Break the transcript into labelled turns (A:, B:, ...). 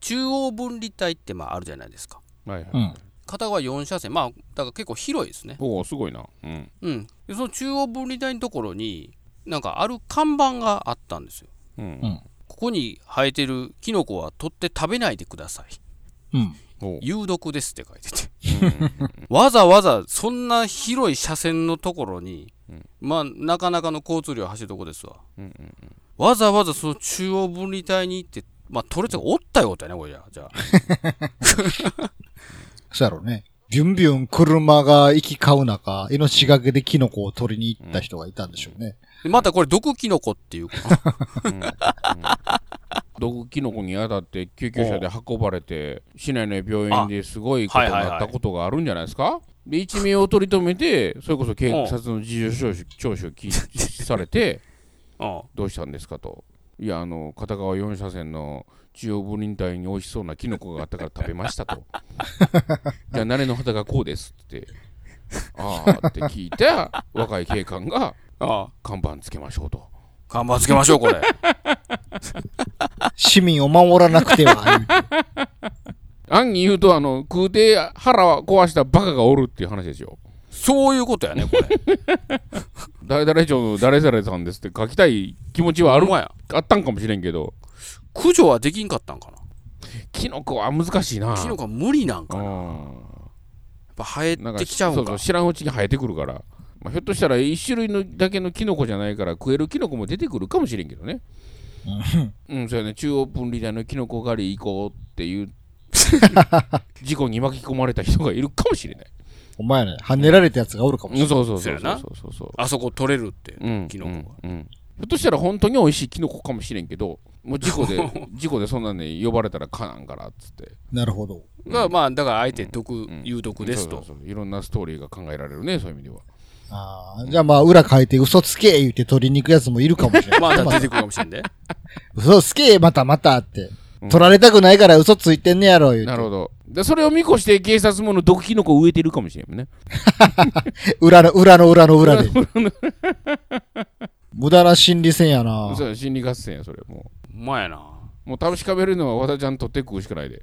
A: 中央分離帯ってまああるじゃないですか
B: はいはい。
C: うん。
A: 片側4車線まあだから結構広いですね
B: おお、すごいな。うん。
A: うんでその中央分離帯のところになんかある看板があったんですよ
B: うん。
A: ここに生えてるキノコは取って食べないでください
C: うん。
B: おう
A: 有毒ですって書いてて わざわざそんな広い車線のところに、まあなかなかの交通量走るとこですわ、
B: うんうん
A: わざわざその中央分離帯に行ってまあ取れておったよってねこれじゃあじゃあ
C: そやろね。ビュンビュン車が行き交う中、命がけでキノコを取りに行った人がいたんでしょう ね。
A: でまたこれ毒キノコっていうか
B: 毒キノコに当たって救急車で運ばれて市内の病院ですごいことになったことがあるんじゃないですかで一命を取り留めてそれこそ警察の事情聴取聴取を聞いされて
A: うん
B: どうしたんですかといやあの片側4車線の中央分離帯に美味しそうなキノコがあったから食べましたとじゃあ慣れの肌がこうですってああって聞いた若い警官が
A: ああ
B: 看板つけましょうと
A: 看板つけましょうこれ
C: 市民を守らなくて は。
B: 暗に言うとあの空手腹壊したバカがおるっていう話ですよ
A: そういうことやねこ れ
B: 誰々町の誰々さんですって書きたい気持ちはある
A: ほんまや
B: あったんかもしれんけど
A: 駆除はできんかったんかな
B: キノコは難しいな
A: キノコは無理なんかなやっ
B: コ
A: ぱ生えてきちゃうん
B: そ
A: か
B: うそう知らんうちに生えてくるから、まあ、ひょっとしたら一種類のだけのキノコじゃないから食えるキノコも出てくるかもしれんけどねうんそうやね中央分離帯のキノコ狩り行こうっ ていう事故に巻き込まれた人がいるかもしれない
C: お前ね、跳ねられたやつがおるかもし
B: う
C: れ
B: んそうそう
A: そ
B: そうう
A: や
B: そ
A: な
B: うそうそうそう
A: あそこ取れるって
B: うん
A: キノコ
B: うんうんひょっとしたら本当に美味しいキノコかもしれんけどもう事 故で事故でそんなに呼ばれたらかなんからっつって
C: ない。なるほど。
A: がまあだからあえて毒有毒です
B: そ
A: と
B: うそうそういろんなストーリーが考えられるねそういう意味では
C: ああ、じゃあまあ裏書いて嘘つけ言って取りに行くやつもいるかもしれん。
A: まあ
C: ま
A: 出
C: あ
A: てくるかもしれん で
C: 嘘つけまたまたって。取られたくないから嘘ついてんねやろ、言
B: なる
C: う
B: ほどでそれを見越して警察もの毒キノコを植えてるかもしれんもんね
C: て。裏の、裏の裏の裏で。無駄な心理戦やな。
B: そう心理合戦やそれも
A: ほんまやな
B: うもう確かめるのは和田ちゃん取って食うしかないで